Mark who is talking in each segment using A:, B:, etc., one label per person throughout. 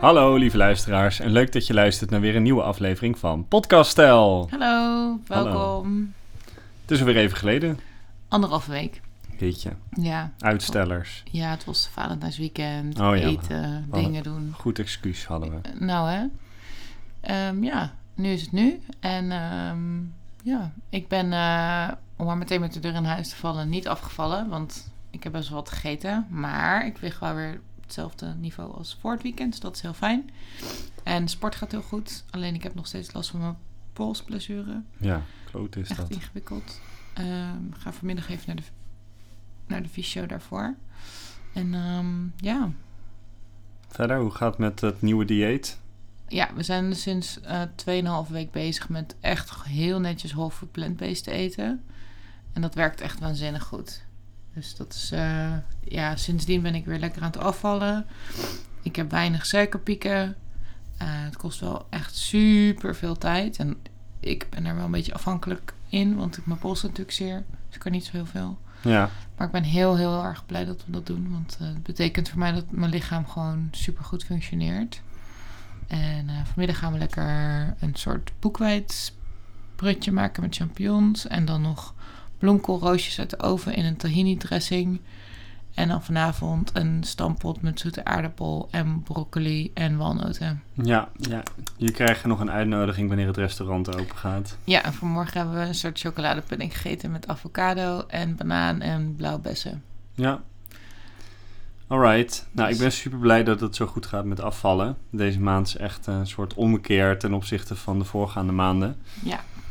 A: Hallo lieve luisteraars en leuk dat je luistert naar weer een nieuwe aflevering van Podcast Stijl.
B: Hallo, welkom.
A: Het is alweer even geleden.
B: Anderhalve week.
A: Jeetje,
B: Ja.
A: uitstellers.
B: ja, het was Valentijnsweekend.
A: Oh, ja.
B: eten,
A: Alle-
B: dingen doen.
A: Goed excuus hadden we.
B: Nou hè. Ehm, ja, nu is het nu. En ehm, ja, ik ben, eh, om maar meteen met de deur in huis te vallen, niet afgevallen. Want ik heb best wel wat gegeten. Maar ik lig wel weer op hetzelfde niveau als voor het weekend. Dus dat is heel fijn. En sport gaat heel goed. Alleen ik heb nog steeds last van mijn polsblessure.
A: Ja, kloot is
B: Echt
A: dat.
B: ingewikkeld. Ehm, ga vanmiddag even naar de, naar de fysio daarvoor. En ehm, ja.
A: Verder, hoe gaat het met het nieuwe dieet?
B: ja, we zijn sinds eh 2,5 week bezig met echt heel netjes whole food plant-based te eten. En dat werkt echt waanzinnig goed. Dus dat is, eh, ja, sindsdien ben ik weer lekker aan het afvallen. Ik heb weinig suikerpieken. Eh, het kost wel echt super veel tijd. En ik ben er wel een beetje afhankelijk in, want ik mijn pols doet natuurlijk zeer. Dus ik kan niet zo heel veel.
A: Ja,
B: Maar ik ben heel, heel erg blij dat we dat doen. Want eh, het betekent voor mij dat mijn lichaam gewoon supergoed functioneert. En eh, vanmiddag gaan we lekker een soort boekwijdbrutje maken met champignons. En dan nog bloemkoolroosjes uit de oven in een tahini dressing. En dan vanavond een stampot met zoete aardappel en broccoli en walnoten.
A: ja, ja. Je krijgt nog een uitnodiging wanneer het restaurant open gaat.
B: Ja, en vanmorgen hebben we een soort chocoladepudding gegeten met avocado en banaan en blauwbessen.
A: Ja. Alright. Nou, ik ben super blij dat het zo goed gaat met afvallen. Deze maand is echt een soort ommekeer ten opzichte van de voorgaande maanden.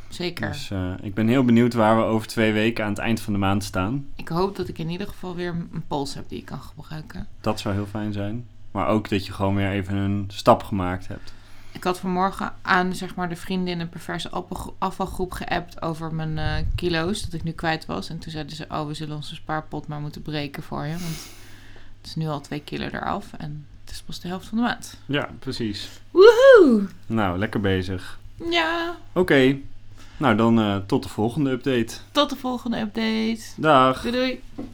B: Zeker.
A: Dus eh, ik ben heel benieuwd waar we over twee weken aan het eind van de maand staan.
B: Ik hoop dat ik in ieder geval weer een pols heb die ik kan gebruiken.
A: Dat zou heel fijn zijn. Maar ook dat je gewoon weer even een stap gemaakt hebt.
B: Ik had vanmorgen aan zeg maar, de vrienden in een perverse appelgro- afvalgroep geappt over mijn eh, kilo's, dat ik nu kwijt was. En toen zeiden ze, oh, we zullen onze spaarpot maar moeten breken voor je, want het is nu al twee kilo eraf en het is pas de helft van de maand.
A: Ja, precies.
B: Woehoe!
A: Nou, lekker bezig.
B: Ja,
A: Oké. Nou, dan eh, tot de volgende update.
B: tot de volgende update.
A: Dag.
B: Doei doei!